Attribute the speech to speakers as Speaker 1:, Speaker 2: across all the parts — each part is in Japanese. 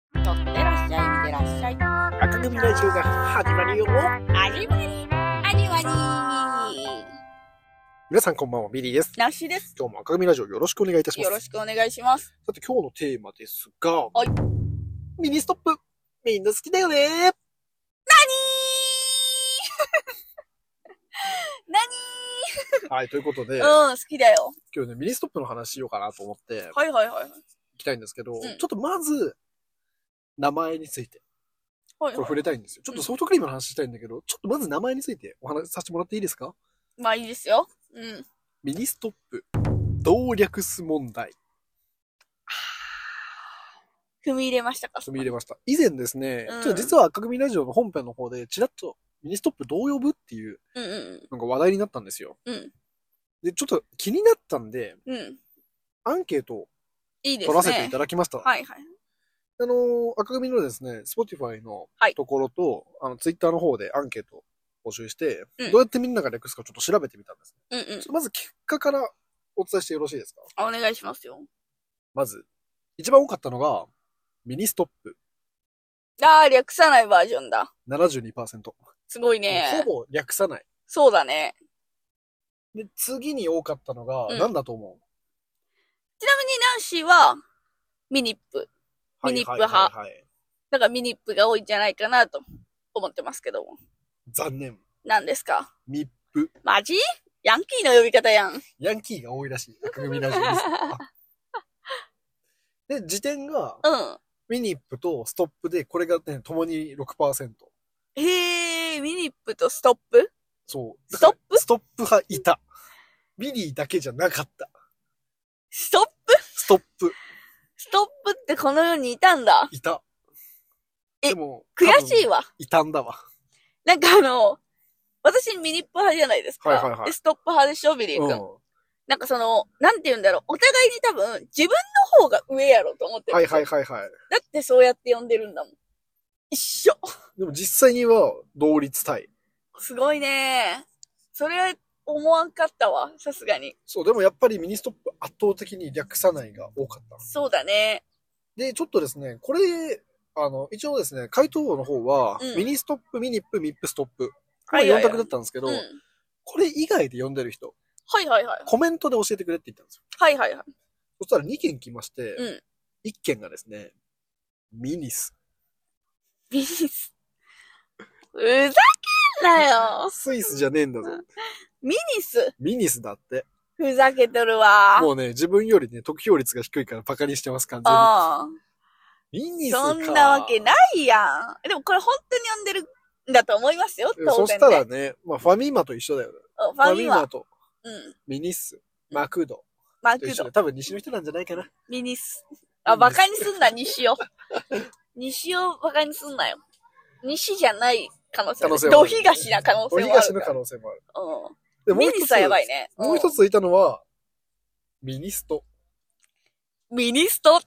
Speaker 1: 乗ってらっしゃい、見てらっしゃい。
Speaker 2: 赤組ラジオが始まるよ
Speaker 1: 始まり、始まり。
Speaker 2: 皆さんこんばんは、ビリーです。
Speaker 1: なしです。
Speaker 2: 今日も赤組ラジオよろしくお願いいたします。
Speaker 1: よろしくお願いします。
Speaker 2: さて今日のテーマですが、
Speaker 1: はい
Speaker 2: ミニストップみんな好きだよねはい、ということで、
Speaker 1: 何うん、好きだよ。
Speaker 2: 今日ね、ミニストップの話しようかなと思って
Speaker 1: はいはいはいはい。
Speaker 2: いきたいんですけど、
Speaker 1: ん
Speaker 2: ちょっとまず、名前について、
Speaker 1: はい
Speaker 2: これ
Speaker 1: は
Speaker 2: 触れたいんですよ。ちょっとソフトクリームの話したいんだけど、ちょっとまず名前についてお話しさせてもらっていいですか
Speaker 1: い。まあいいですよ。うん。
Speaker 2: ミニストップ、動略す問題。
Speaker 1: 踏み入れましたか
Speaker 2: 踏み入れました。以前ですね、
Speaker 1: うん
Speaker 2: ちょっと実は赤組ラジオの本編の方で、ちらっとミニストップどう呼ぶっていう
Speaker 1: うんうん
Speaker 2: のが話題になったんですよ。
Speaker 1: うん。
Speaker 2: で、ちょっと気になったんで、
Speaker 1: うん。うん。
Speaker 2: アンケートを
Speaker 1: いいですね。
Speaker 2: 取らせていただきました。
Speaker 1: はいはい。
Speaker 2: あのー赤組のですね、Spotify の
Speaker 1: はい
Speaker 2: ところと、あの、Twitter の方でアンケートを募集して、
Speaker 1: うん
Speaker 2: どうやってみんなが略すかちょっと調べてみたんです。
Speaker 1: うんう
Speaker 2: ちょっとまず結果からお伝えしてよろしいですか
Speaker 1: ん。お願いしますよ。
Speaker 2: まず、一番多かったのが、ミニストップ
Speaker 1: ああ、略さないバージョンだ。
Speaker 2: 72%。
Speaker 1: すごいね。
Speaker 2: ほぼ略さない。
Speaker 1: そうだね。
Speaker 2: で、次に多かったのが、
Speaker 1: うん
Speaker 2: なんだと思う
Speaker 1: ちなみにナンシーは、ミニップ。ミニップ派
Speaker 2: はいはいはいはい
Speaker 1: だからミニップが多いんじゃないかなと思ってますけども。
Speaker 2: 残念。
Speaker 1: 何ですか
Speaker 2: ミップ。
Speaker 1: マジヤンキーの呼び方やん。
Speaker 2: ヤンキーが多いらしい。赤組ラジオです。 で、時点が、
Speaker 1: うん。
Speaker 2: ミニップとストップで、これがね、共に6%。
Speaker 1: へえ、ミニップとストップ
Speaker 2: そう。
Speaker 1: ストップ
Speaker 2: ストップ派いた。ミニーだけじゃなかった。
Speaker 1: ストップ
Speaker 2: ストップ
Speaker 1: ストップってこの世にいたんだ。
Speaker 2: いた。
Speaker 1: え
Speaker 2: でも、
Speaker 1: 悔しい
Speaker 2: わ。
Speaker 1: わ。
Speaker 2: いたんだわ。
Speaker 1: なんかあの、私ミニップ派じゃないですか。
Speaker 2: はいはいはい
Speaker 1: で、ストップ派でしょ、ビリー
Speaker 2: うん
Speaker 1: 君。ん、。なんかその、なんて言うんだろう。お互いに多分、自分の方が上やろうと思ってる。
Speaker 2: はいはいはいはい。
Speaker 1: だってそうやって呼んでるんだもん。一緒。
Speaker 2: でも実際には同率対。
Speaker 1: すごいね。それは思わんかったわ。さすがに。
Speaker 2: そう、でもやっぱりミニストップ圧倒的に略さないが多かった。
Speaker 1: そうだね。
Speaker 2: で、ちょっとですね、これ、あの、一応ですね、回答の方は、
Speaker 1: うん
Speaker 2: ミニストップ、ミニップ、ミップ、ストップ。こ
Speaker 1: はい
Speaker 2: れ
Speaker 1: は
Speaker 2: 4
Speaker 1: いはい
Speaker 2: 択だったんですけど、
Speaker 1: うん。
Speaker 2: これ以外で呼んでる人、
Speaker 1: はいはいはい。
Speaker 2: コメントで教えてくれって言ったんですよ。
Speaker 1: はいはいはい。
Speaker 2: そしたら2件来まして、
Speaker 1: うん
Speaker 2: 1件がですね、ミニス。
Speaker 1: ビジネス。ふざけんなよ。
Speaker 2: スイスじゃねえんだぞ。
Speaker 1: ミニス。
Speaker 2: ミニスだって。
Speaker 1: ふざけとるわ。
Speaker 2: もうね、自分よりね、得票率が低いからバカにしてます、完
Speaker 1: ああ。
Speaker 2: 全に。ミニスか。
Speaker 1: そんなわけないやん。でもこれ本当に呼んでるんだと思いますよ、当
Speaker 2: そ
Speaker 1: 然
Speaker 2: し
Speaker 1: ね、
Speaker 2: たらね、まあ、ファミマと一緒だよね。
Speaker 1: うんファミマ。
Speaker 2: と
Speaker 1: うん。
Speaker 2: ミニス、マクド
Speaker 1: マク
Speaker 2: と一緒
Speaker 1: ド
Speaker 2: で、。多分西の人なんじゃないかな。
Speaker 1: ミニス。あ、バカにすんな、西を。 西をバカにすんなよ。西じゃない可能性もあ
Speaker 2: 可能性
Speaker 1: る。
Speaker 2: も
Speaker 1: ど
Speaker 2: ある
Speaker 1: 東な可能
Speaker 2: お
Speaker 1: 性もあ
Speaker 2: 東
Speaker 1: る
Speaker 2: の
Speaker 1: か
Speaker 2: 可
Speaker 1: ら。
Speaker 2: 能性もある。
Speaker 1: う
Speaker 2: で
Speaker 1: ん。ミニスはやばいね。
Speaker 2: もう一
Speaker 1: つ。
Speaker 2: ついたのは、ミニスト。
Speaker 1: ミニスト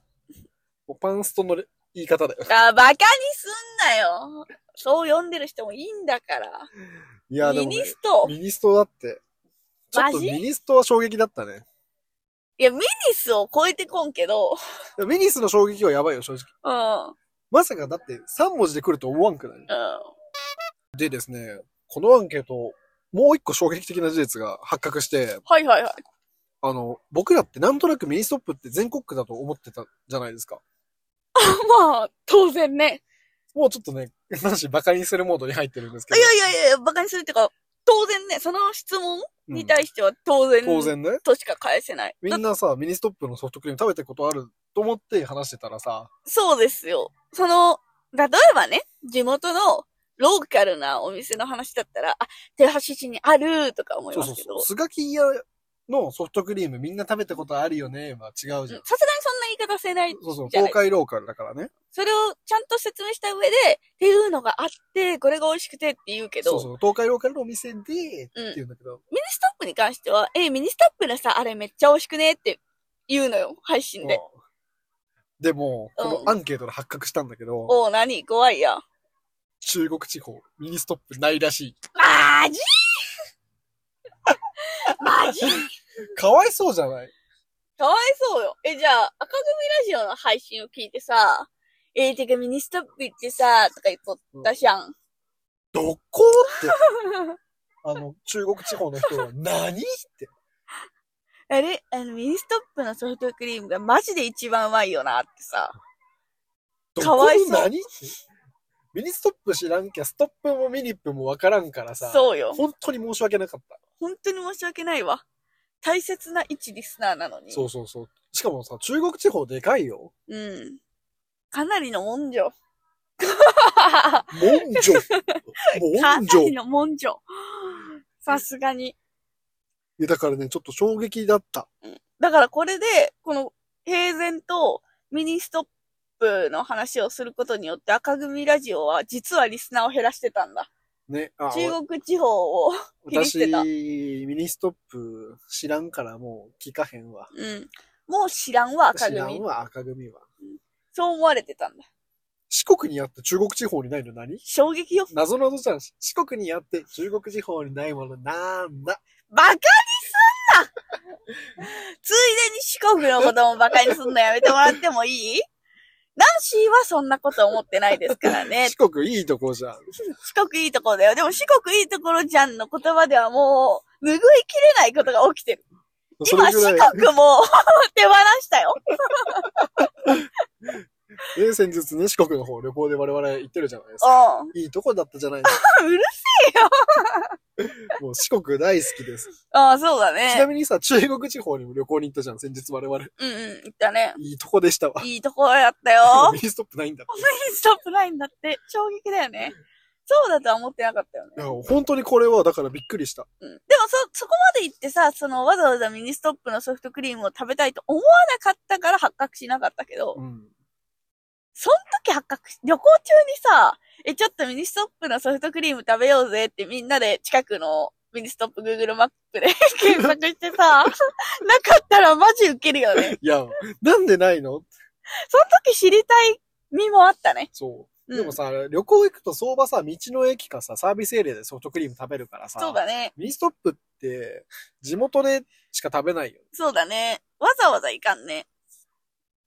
Speaker 2: もうパンストのれ言い方だよ。
Speaker 1: あ、バカにすんなよ。そう呼んでる人もいいんだから。
Speaker 2: いや、で
Speaker 1: ミ
Speaker 2: も、ね、
Speaker 1: ニスト。
Speaker 2: ミニストだって。ちょっと
Speaker 1: マジ
Speaker 2: ミニストは衝撃だったね。
Speaker 1: いや、ミニスを超えてこんけど。
Speaker 2: でもミニスの衝撃はやばいよ、正直。
Speaker 1: うん。うん。
Speaker 2: まさかだって3文字で来ると思わんくないでですね、このアンケート、もう一個衝撃的な事実が発覚して、
Speaker 1: はいはいはい。
Speaker 2: あの、僕らってなんとなくミニストップって全国区だと思ってたじゃないですか。
Speaker 1: まあ、当然ね。
Speaker 2: もうちょっとね、なし、バカにするモードに入ってるんですけ
Speaker 1: い
Speaker 2: ど。
Speaker 1: やいやいや、バカにするってか、当然ね、その質問
Speaker 2: うん
Speaker 1: に対しては当然、
Speaker 2: 当然ね。
Speaker 1: としか返せない。
Speaker 2: みんなさ、ミニストップのソフトクリーム食べたことあると思って話してたらさ、
Speaker 1: そうですよ。その、例えばね、地元のローカルなお店の話だったら、あ、手橋市にあるとか思い
Speaker 2: そう
Speaker 1: ます
Speaker 2: そう
Speaker 1: けど
Speaker 2: そう、。スガキ屋のソフトクリームみんな食べたことあるよね、は違う
Speaker 1: うん
Speaker 2: じゃん。
Speaker 1: さすがにそんな言い方せない
Speaker 2: そうそう、
Speaker 1: じゃない
Speaker 2: 東海ローカルだからね。
Speaker 1: それをちゃんと説明した上で、っていうのがあって、これが美味しくてって言うけど、
Speaker 2: そうそう、東海ローカルのお店で、って
Speaker 1: うん
Speaker 2: 言うんだけど、
Speaker 1: ミニストップに関しては、え、ミニストップのさ、あれめっちゃ美味しくねって言うのよ、配信で。
Speaker 2: でも、
Speaker 1: うん
Speaker 2: このアンケートで発覚したんだけど、
Speaker 1: おう、何怖いや。
Speaker 2: 中国地方、ミニストップないらしい。
Speaker 1: マ ジマジ
Speaker 2: かわいそうじゃない
Speaker 1: かわいそうよ。え、じゃあ、赤組ラジオの配信を聞いてさ、えー、てかミニストップ行ってさ、とか言っとったじゃん。
Speaker 2: どこって、あの、中国地方の人は何って。
Speaker 1: あれあの、ミニストップのソフトクリームがマジで一番うまいよなってさ。
Speaker 2: ど
Speaker 1: かわ
Speaker 2: こ
Speaker 1: い
Speaker 2: に
Speaker 1: そう
Speaker 2: 何って。ミニストップ知らんきゃ、ストップもミニップもわからんからさ。
Speaker 1: そうよ。
Speaker 2: 本当に申し訳なかった。
Speaker 1: 本当に申し訳ないわ。大切な一リスナーなのに。
Speaker 2: そうそうそう。しかもさ、中国地方でかいよ。
Speaker 1: うん。かなりの文 女。
Speaker 2: 文 女。
Speaker 1: か
Speaker 2: 文
Speaker 1: な
Speaker 2: 女。
Speaker 1: り
Speaker 2: い
Speaker 1: の文女。さすがに。
Speaker 2: やだからね、ちょっと衝撃だった。
Speaker 1: だからこれで、この平然とミニストップの話をすることによって赤組ラジオは実はリスナーを減らしてたんだ。
Speaker 2: ね。あわ
Speaker 1: 中国地方を、気にし
Speaker 2: 私、
Speaker 1: てた
Speaker 2: ミニストップ知らんからもう聞かへんわ。
Speaker 1: うん。もう知らんわ赤
Speaker 2: 知らん
Speaker 1: 組。
Speaker 2: わ、赤組は。
Speaker 1: そう思われてたんだ。
Speaker 2: 四国にあって中国地方にないの何
Speaker 1: 衝撃よ。
Speaker 2: 謎謎じゃん。四国にあって中国地方にないものなんだ。
Speaker 1: バカにすんなついでに四国のこともバカにすんのやめてもらってもいいナンシーはそんなこと思ってないですから ね。
Speaker 2: 四国いいとこじゃん。
Speaker 1: 四国いいところだよ。でも四国いいところじゃんの言葉ではもう、拭いきれないことが起きてる。
Speaker 2: そ
Speaker 1: 今
Speaker 2: れぐ
Speaker 1: 四
Speaker 2: らい、
Speaker 1: 国も 手放した よ。
Speaker 2: ね、先日ね、四国の方旅行で我々行ってるじゃないですか。
Speaker 1: うん。
Speaker 2: いいとこだったじゃないです
Speaker 1: うる
Speaker 2: か。 もう四国大好きです。
Speaker 1: ああ、そうだ
Speaker 2: ちな
Speaker 1: ね。
Speaker 2: みにさ、中国地方にも旅行に行ったじゃん、先日我々。
Speaker 1: うんうん、言ったね。
Speaker 2: いいとこでしたわ。。
Speaker 1: いいところやったよ
Speaker 2: ミニストップないんだっ
Speaker 1: ストップラインだって、衝撃だよね。そうだとは思ってなかったよね。
Speaker 2: て。いや、本当にこれは、だからびっくりした。
Speaker 1: うんでもそ、そこまで行ってさ、そのわざわざミニストップのソフトクリームを食べたいと思わなかったから発覚しなかったけど、
Speaker 2: うん。
Speaker 1: その時発覚し、旅行中にさ、え、ちょっとミニストップのソフトクリーム食べようぜってみんなで近くのミニストップ Google マップで 検索して さ、なかったらマジウケるよね。
Speaker 2: いや、なんでないの
Speaker 1: その時知りたい身もあったね。
Speaker 2: そう。
Speaker 1: うん
Speaker 2: でもさ、旅行行くと相場さ、道の駅かさ、サービスエリアでソフトクリーム食べるからさ。
Speaker 1: そうだね。
Speaker 2: ミニストップって、地元でしか食べないよ。
Speaker 1: そうだね。わざわざ行かんね。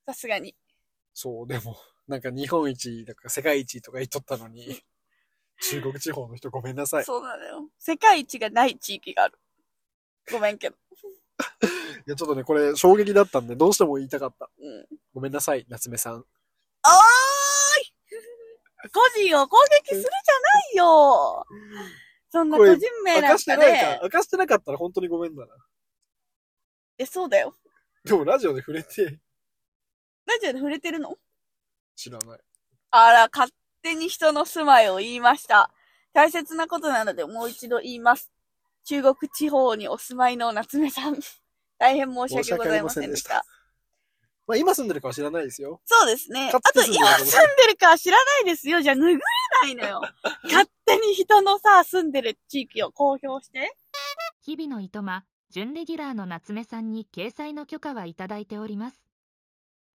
Speaker 1: さすがに。
Speaker 2: そう、でも、 なんか日本一とか世界一とか言っとったの に、中国地方の人ごめんなさい。
Speaker 1: そうなのよ。世界一がない地域がある。ごめんけど。
Speaker 2: いや、ちょっとね、これ衝撃だったんで、どうしても言いたかった。
Speaker 1: うん。
Speaker 2: ごめんなさい、夏目さん。
Speaker 1: おーい個人を攻撃するじゃないよそんな
Speaker 2: こ
Speaker 1: 個
Speaker 2: れ
Speaker 1: 人名
Speaker 2: 明
Speaker 1: なん
Speaker 2: かして
Speaker 1: か
Speaker 2: ないか
Speaker 1: ね、。
Speaker 2: 明かしてなかったら本当にごめんだな。
Speaker 1: え、そうだよ。
Speaker 2: でもラジオで触れて、
Speaker 1: ラジオで触れてるの
Speaker 2: 知らない。
Speaker 1: あら、勝手に人の住まいを言いました。大切なことなのでもう一度言います。中国地方にお住まいの夏目さん。 大変申し訳ございませんでした。
Speaker 2: まあ今住んでるかは知らないですよ。
Speaker 1: そうですね。あ
Speaker 2: 勝手
Speaker 1: と
Speaker 2: に住んでる
Speaker 1: 今住んでるかは知らないですよ。じゃあ拭えないの よ。勝手に人のさ、住んでる地域を公表して。
Speaker 3: 日々のいとま、準レギュラーの夏目さんに掲載の許可はいただいております。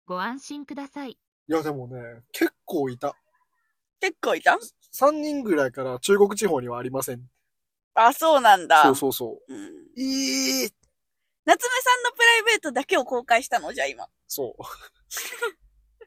Speaker 3: ご安心ください。
Speaker 2: いや、でもね、結構いた。
Speaker 1: 結構いた
Speaker 2: 3人ぐらいから中国地方にはありません。
Speaker 1: あ、そうなんだ。
Speaker 2: そうそうそう。
Speaker 1: うん
Speaker 2: いい
Speaker 1: 夏目さんのプライベートだけを公開したのじゃあ今。
Speaker 2: そう。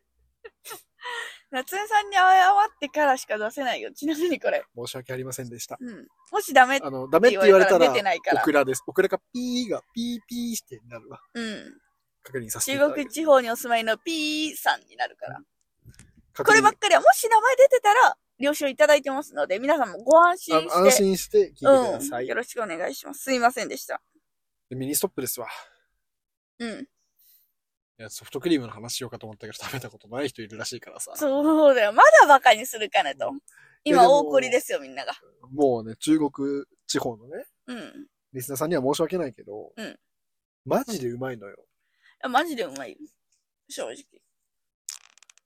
Speaker 1: 夏目さんに謝ってからしか出せないよ。ちなみにこれ。
Speaker 2: 申し訳ありませんでした。
Speaker 1: うん。もしダメ、
Speaker 2: あの、ダメって言われた
Speaker 1: 言
Speaker 2: ら
Speaker 1: われたら出てないか、ら
Speaker 2: オクラです。オクラがピーがピーピーしてなるわ。
Speaker 1: うん。
Speaker 2: 確認させていた
Speaker 1: 中
Speaker 2: だき
Speaker 1: 国
Speaker 2: ます。
Speaker 1: 地方にお住まいの P さんになるから。
Speaker 2: 確認
Speaker 1: こればっかりは、もし名前出てたら、了承いただいてますので、皆さんもご安心して。
Speaker 2: あの安心して聞いてくださ
Speaker 1: うん。
Speaker 2: い
Speaker 1: よ。ろしくお願いします。すいませんでした。
Speaker 2: でミニストップですわ。
Speaker 1: うん。
Speaker 2: いや、ソフトクリームの話しようかと思ったけど、食べたことない人いるらしいからさ。
Speaker 1: そうだよ。まだバカにするかねと。今、
Speaker 2: でも
Speaker 1: 大怒りですよ、みんなが。
Speaker 2: もうね、中国地方のね、
Speaker 1: うん。
Speaker 2: リスナーさんには申し訳ないけど、
Speaker 1: うん
Speaker 2: マジでうまいのよ。
Speaker 1: あマジでうまいよ。正直。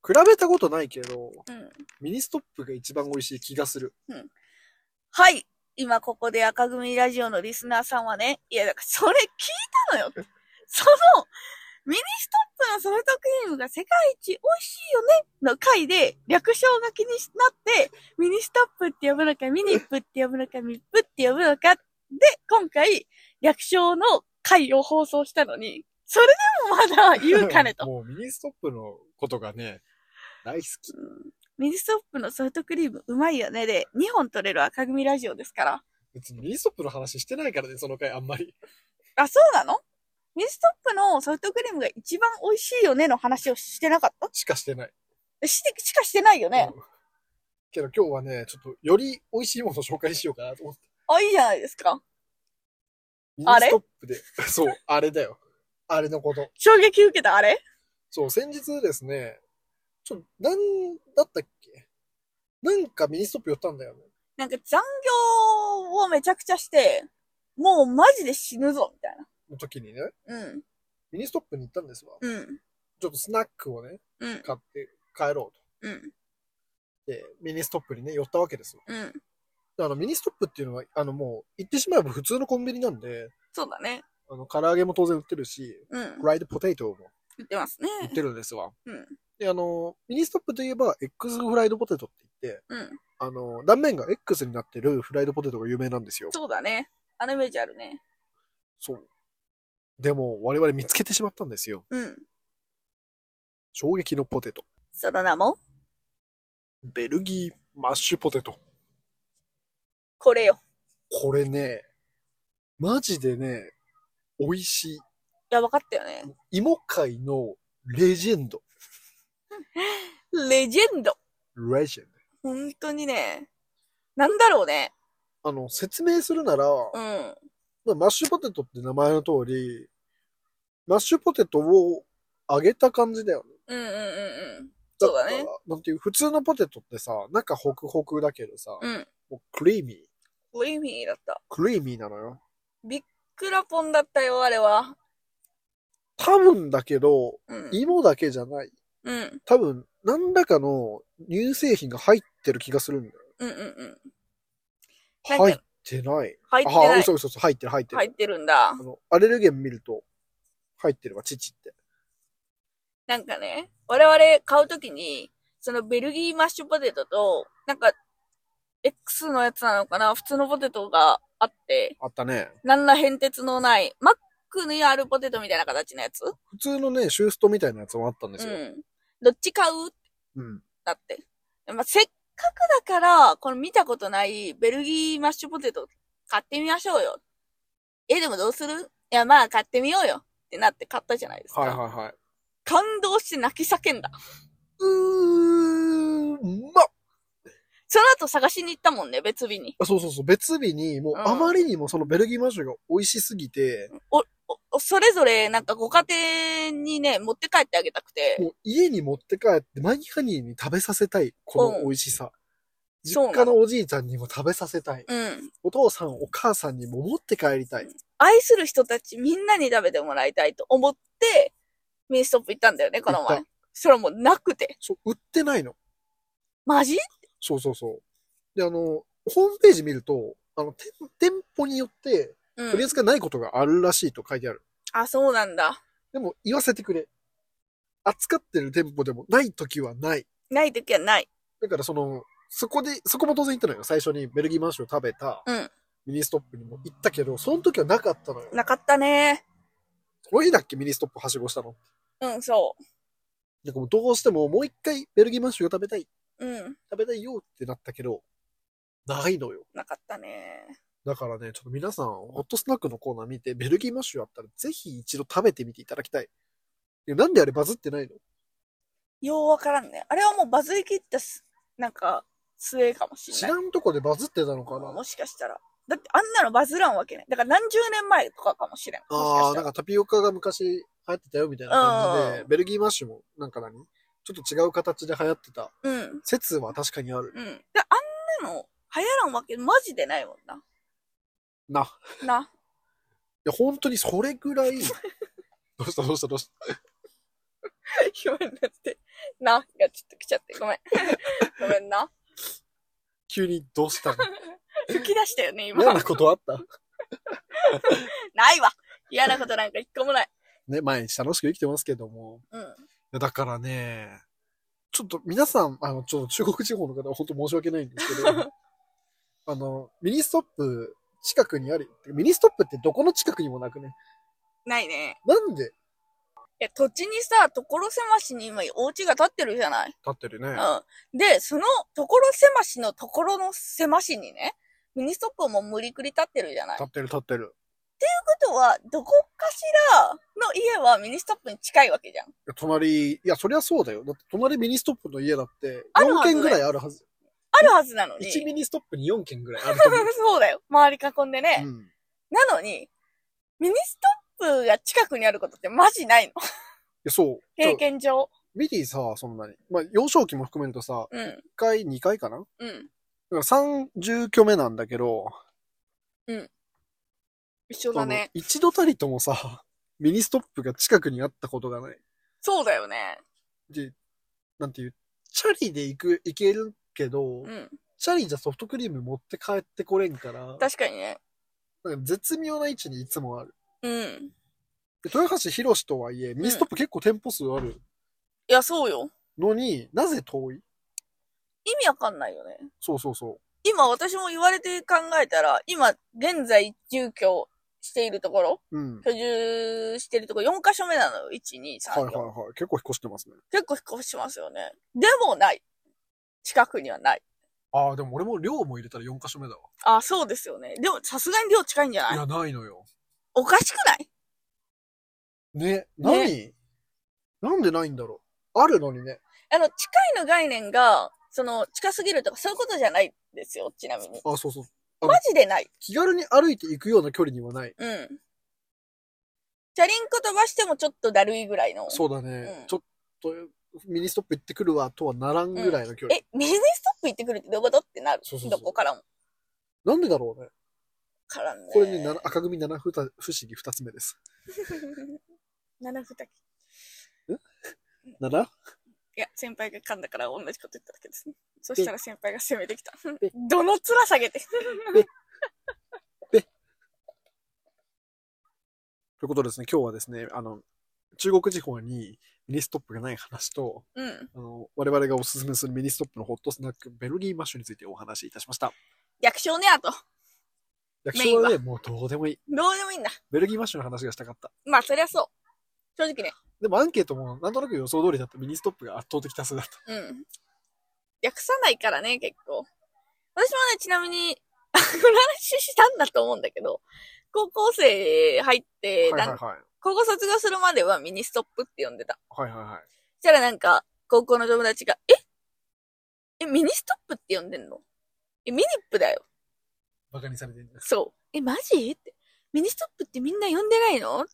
Speaker 2: 比べたことないけど、
Speaker 1: うん。
Speaker 2: ミニストップが一番美味しい気がする。
Speaker 1: はい。今ここで赤組ラジオのリスナーさんはね、いや、だからそれ聞いたのよ。その、ミニストップのソフトクリームが世界一美味しいよねの回で、略称が気になって、ミニストップって呼ぶのか、ミニップって呼ぶのか、ミップって呼ぶのか、で、今回、略称の回を放 送したのに、それでもまだ言うかねと。
Speaker 2: もうミニストップのことがね、大好き。
Speaker 1: ミニストップのソフトクリームうまいよねで2本取れる赤組ラジオですから。
Speaker 2: 別にミニストップの話してないからね、その回あんまり。
Speaker 1: あ、そうなのミニストップのソフトクリームが一番美味しいよねの話をしてなかっ
Speaker 2: しかしてない。
Speaker 1: たししかしてないよね。
Speaker 2: うんけど今日はね、ちょっとより美味しいものを紹介しようかなと思って。
Speaker 1: あ、いいじゃないですか。
Speaker 2: ミニ
Speaker 1: あれ
Speaker 2: ストップで。 そう、あれだよ。あれのこと。
Speaker 1: 衝撃受けたあれ
Speaker 2: そう、先日ですね、ちょっと、なんだったっけなんかミニストップ寄ったんだよね。
Speaker 1: なんか残業をめちゃくちゃして、もうマジで死ぬぞ、みたい
Speaker 2: の時にね、
Speaker 1: な。うん。
Speaker 2: ミニストップに行ったんですわ。
Speaker 1: うん。
Speaker 2: ちょっとスナックをね、
Speaker 1: うん。
Speaker 2: 買って帰ろう
Speaker 1: うん。
Speaker 2: と。で、ミニストップにね、寄ったわけですよ。
Speaker 1: うん。
Speaker 2: であの、ミニストップっていうのは、あの、もう、行ってしまえば普通のコンビニなんで、
Speaker 1: そうだね。
Speaker 2: あの、唐揚げも当然売ってるし、
Speaker 1: うん。
Speaker 2: フライドポテトも
Speaker 1: 言ってますね。
Speaker 2: 売ってるんですわ。
Speaker 1: うん。
Speaker 2: で、あの、ミニストップといえば、X フライドポテトって言って、
Speaker 1: うん。
Speaker 2: あの、断面が X になってるフライドポテトが有名なんですよ。
Speaker 1: そうだね。あのイメージあるね。
Speaker 2: そう。でも、我々見つけてしまったんですよ。
Speaker 1: うん。
Speaker 2: 衝撃のポテト。
Speaker 1: その名も、
Speaker 2: ベルギーマッシュポテト。
Speaker 1: これよ。
Speaker 2: これね、マジでね、美味しい。
Speaker 1: いや、分かったよね。
Speaker 2: 芋界のレジェンド。
Speaker 1: レジェンド。
Speaker 2: レジェン
Speaker 1: 本当にね。なんだろうね。
Speaker 2: ド。あの、説明するなら、
Speaker 1: うん。
Speaker 2: まあマッシュポテトって名前の通り、マッシュポテトを揚げた感じだよね。
Speaker 1: うんうんうんうん。そうだね
Speaker 2: から。なんていう、普通のポテトってさ、中ホクホクだけどさ、
Speaker 1: うん。
Speaker 2: もうクリーミー。
Speaker 1: クリーミーだった。
Speaker 2: クリーミーなのよ。
Speaker 1: クラポンだったよ、あれは。
Speaker 2: 多分だけど、
Speaker 1: うん。
Speaker 2: 芋だけじゃない。
Speaker 1: うん。うん
Speaker 2: 多分、何らかの乳製品が入ってる気がするんだよ。
Speaker 1: うんうん。なんか
Speaker 2: 入ってない。
Speaker 1: 入って
Speaker 2: あ
Speaker 1: な
Speaker 2: あ、
Speaker 1: い。
Speaker 2: 嘘嘘嘘、入ってる入ってる。
Speaker 1: 入ってるんだ
Speaker 2: あ。の、アレルゲン見ると、入ってるわ、父って。
Speaker 1: なんかね、我々買うときに、そのベルギーマッシュポテトと、なんか、X のやつなのかな普通のポテトがあって、
Speaker 2: あったね。
Speaker 1: なんら変哲のない、マックにあるポテトみたいな形のやつ
Speaker 2: 普通のね、シューストみたいなやつもあったんです
Speaker 1: う
Speaker 2: よ。
Speaker 1: ん。どっち買う
Speaker 2: うん。
Speaker 1: だって。まあ、せっかくだから、この見たことないベルギーマッシュポテト買ってみましょうよ。え、でもどうするいや、まあ買ってみようよってなって買ったじゃないですか。
Speaker 2: はいはいはい。
Speaker 1: 感動して泣き叫んだ。
Speaker 2: うーん、まっ
Speaker 1: その後探しに行ったもんね、別日に。
Speaker 2: あそうそうそう、別日に、もう
Speaker 1: うん
Speaker 2: あまりにもそのベルギーマッシュが美味しすぎて、
Speaker 1: おおそれぞれなんかご家庭にね、持って帰ってあげたくて。
Speaker 2: もう家に持って帰ってマギハニーに食べさせたい、この美味しさ。
Speaker 1: ん
Speaker 2: 実家のおじいちゃんにも食べさせたい。
Speaker 1: うん。
Speaker 2: お父さん、お母さんにも持って帰りたい。
Speaker 1: 愛する人たちみんなに食べてもらいたいと思って、ミニストップ行ったんだよね、この
Speaker 2: 行
Speaker 1: 前
Speaker 2: っ。
Speaker 1: それもうなくて。
Speaker 2: そう、売ってないの。
Speaker 1: マジ
Speaker 2: そうそうそう。で、あの、ホームページ見ると、あの、店店舗によって
Speaker 1: う
Speaker 2: 取り
Speaker 1: ん。
Speaker 2: 扱いないことがあるらしいと書いてある。
Speaker 1: あ、そうなんだ。
Speaker 2: でも、言わせてくれ。扱ってる店舗でもない時はない。
Speaker 1: ない時はない。
Speaker 2: だからその、そこで、そこも当然行ったのよ。最初にベルギーマンシュを食べた、
Speaker 1: うん
Speaker 2: ミニストップにも行ったけど、その時はなかったのよ。
Speaker 1: なかったね。
Speaker 2: この日だっけミニストップはしごしたの。
Speaker 1: うん、そ
Speaker 2: なんかもうどうしてももう一回ベルギーマンシュが食べたい、
Speaker 1: う。うん、
Speaker 2: 食べたいよってなったけど、ないのよ。
Speaker 1: なかったね。
Speaker 2: だからね、ちょっと皆さん、ホットスナックのコーナー見て、ベルギーマッシュあったらぜひ一度食べてみていただきたい。いやなんであれバズってないの
Speaker 1: ようわからんね。あれはもうバズり切ったす、なんか、末かもし
Speaker 2: 知
Speaker 1: れない。
Speaker 2: らんとこでバズってたのかな
Speaker 1: もしかしたら。だってあんなのバズらんわけない。だから何十年前とかかもしれん。もしか
Speaker 2: あ
Speaker 1: し
Speaker 2: あ、
Speaker 1: た
Speaker 2: なん
Speaker 1: ら。
Speaker 2: かタピオカが昔流行ってたよみたいな感じで
Speaker 1: う、ん
Speaker 2: ベルギーマッシュも、なんか何ちょっと違う形で流行ってた
Speaker 1: うん。
Speaker 2: 説は確かにある。
Speaker 1: うん。で、あんなの流行らんわけマジでないもんな。
Speaker 2: な。い
Speaker 1: な。
Speaker 2: や、本当にそれぐらい。どうしたどうしたどうした
Speaker 1: ごめんなって。な。がちょっと来ちゃって。ごめん。 ごめんな。
Speaker 2: 急にどうしたの
Speaker 1: 吹き出したよね、今。
Speaker 2: 嫌なことあった
Speaker 1: ないわ。嫌なことなんか一個もない。
Speaker 2: ね、毎日楽しく生きてますけども。
Speaker 1: うん。
Speaker 2: いやだからね、ちょっと皆さん、あの、ちょっと中国地方の方は本当申し訳ないんですけ ど、あの、ミニストップ近くにある。ミニストップってどこの近くにもなくね。
Speaker 1: ないね。
Speaker 2: なんで
Speaker 1: や、土地にさ、所狭しに今お家が建ってるじゃない。
Speaker 2: 立ってるね。
Speaker 1: うん。で、その所狭しのところの狭しにね、ミニストップも無理くり立ってるじゃない。と
Speaker 2: 立
Speaker 1: いう
Speaker 2: ってる立ってる。
Speaker 1: ことは、どこかしらの家はミニストップに近いわけじゃん。
Speaker 2: いや隣、いや、そりゃそうだよ。だって隣ミニストップの家だって、
Speaker 1: あるはず
Speaker 2: 4
Speaker 1: だよ
Speaker 2: 軒ぐらいあるはず。
Speaker 1: あるはずなのに。
Speaker 2: 1ミニストップに4軒ぐらいあると思
Speaker 1: そうだよ。周り囲んでね。
Speaker 2: う。うん。
Speaker 1: なのに、ミニストップが近くにあることってマジないの。
Speaker 2: いやそう。
Speaker 1: 経験上。
Speaker 2: ミリーさ、そんなに。まあ、幼少期も含めるとさ、
Speaker 1: うん。
Speaker 2: 1回、2回かなだか
Speaker 1: うん。
Speaker 2: ら30居目なんだけど、
Speaker 1: 一緒だね。
Speaker 2: その一度たりともさ、 ミニストップが近くにあったことがない。
Speaker 1: そうだよね。
Speaker 2: で、なんていう、チャリで行く、行けるけど、
Speaker 1: うん。
Speaker 2: チャリじゃソフトクリーム持って帰ってこれんから、
Speaker 1: 確かにね。
Speaker 2: なんか絶妙な位置にいつもある。
Speaker 1: うん。
Speaker 2: で豊橋博士とはいえ、ミニストップ結構店舗数ある
Speaker 1: いや、そうよ。
Speaker 2: のに、なぜ遠い
Speaker 1: 意味わかんないよね。
Speaker 2: そうそうそう。
Speaker 1: 今私も言われて考えたら、今現在住居しているところ、
Speaker 2: うん。
Speaker 1: 居住しているところ4箇所目なのよ。1、2、3
Speaker 2: はい、はい
Speaker 1: 4
Speaker 2: はい。結構引っ越してますね。
Speaker 1: 結構引っ越しますよね。でもない。近くにはない。
Speaker 2: ああ、でも俺も量も入れたら4箇所目だわ。
Speaker 1: あ、そうですよね。でもさすがに量近いんじゃないい
Speaker 2: や、ないのよ。
Speaker 1: おかしくない
Speaker 2: ね、何、なんでないんだろう。あるのにね。
Speaker 1: あの、近いの概念が、その、近すぎるとかそういうことじゃないですよ。ちなみに。
Speaker 2: あ、そうそう。
Speaker 1: マジでない。
Speaker 2: 気軽に歩いていくような距離にはない。
Speaker 1: うん。チャリンコ飛ばしてもちょっとだるいぐらいの。
Speaker 2: そうだね。
Speaker 1: うん
Speaker 2: ちょっと、ミニストップ行ってくるわとはならんぐらいの距離。
Speaker 1: え、ミニストップ行ってくるってどういうことってなる。
Speaker 2: そうそうそう
Speaker 1: どこからも。
Speaker 2: なんでだろうね。
Speaker 1: からね。
Speaker 2: これね、なら赤組七不思議二つ目です。
Speaker 1: 七二き。
Speaker 2: 七
Speaker 1: いや、先輩が噛んだから同じこと言っただけですね。そ
Speaker 2: で
Speaker 1: したら先輩が攻めてきた
Speaker 2: で。
Speaker 1: どの面下げて。
Speaker 2: ということでですね、今日はですね、あの、中国地方にミニストップがない話と、
Speaker 1: うん。
Speaker 2: あの、我々がおすすめするミニストップのホットスナック、ベルギーマッシュについてお話しいたしました。
Speaker 1: 役所ね、あと。
Speaker 2: 役所はね、もうどうでもいい。
Speaker 1: どうでもいいんだ。
Speaker 2: ベルギーマッシュの話がしたかった。
Speaker 1: まあ、そりゃそう。正直ね。
Speaker 2: でもアンケートもなんとなく予想通りだった。ミニストップが圧倒的多数だった。
Speaker 1: うん。訳さないからね、結構。私もね、ちなみに、この話したんだと思うんだけど、高校生入って、
Speaker 2: はいは
Speaker 1: ないん
Speaker 2: はい。
Speaker 1: 高校卒業するまではミニストップって呼んでた。
Speaker 2: はいはいはい。
Speaker 1: そしたらなんか、高校の友達が、ええ、ミニストップって呼んでんのえ、ミニップだよ。
Speaker 2: バカにされてるんです。
Speaker 1: そう。え、マジって。ミニストップってみんな呼んでないの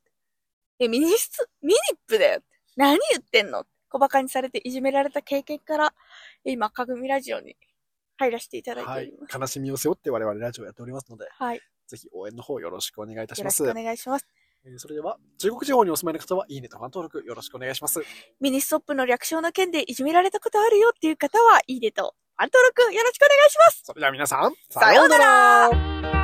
Speaker 1: え、ミニスト、ミニップだよ。何言ってんの小馬鹿にされていじめられた経験から、え今、かぐみラジオに入らせていただいてお
Speaker 2: はい
Speaker 1: り。ます。
Speaker 2: 悲しみを背負って我々ラジオをやっておりますので、
Speaker 1: はい。
Speaker 2: ぜひ応援の方よろしくお願いいたし
Speaker 1: よ
Speaker 2: ま
Speaker 1: ろし
Speaker 2: す。
Speaker 1: くお願いします。
Speaker 2: えーそれでは、中国地方にお住まいの方は、いいねとファン登録よろしくお願いします。
Speaker 1: ミニストップの略称の件でいじめられたことあるよっていう方は、いいねと、アン登録よろしくお願いします。
Speaker 2: それでは皆さん、
Speaker 1: さようなら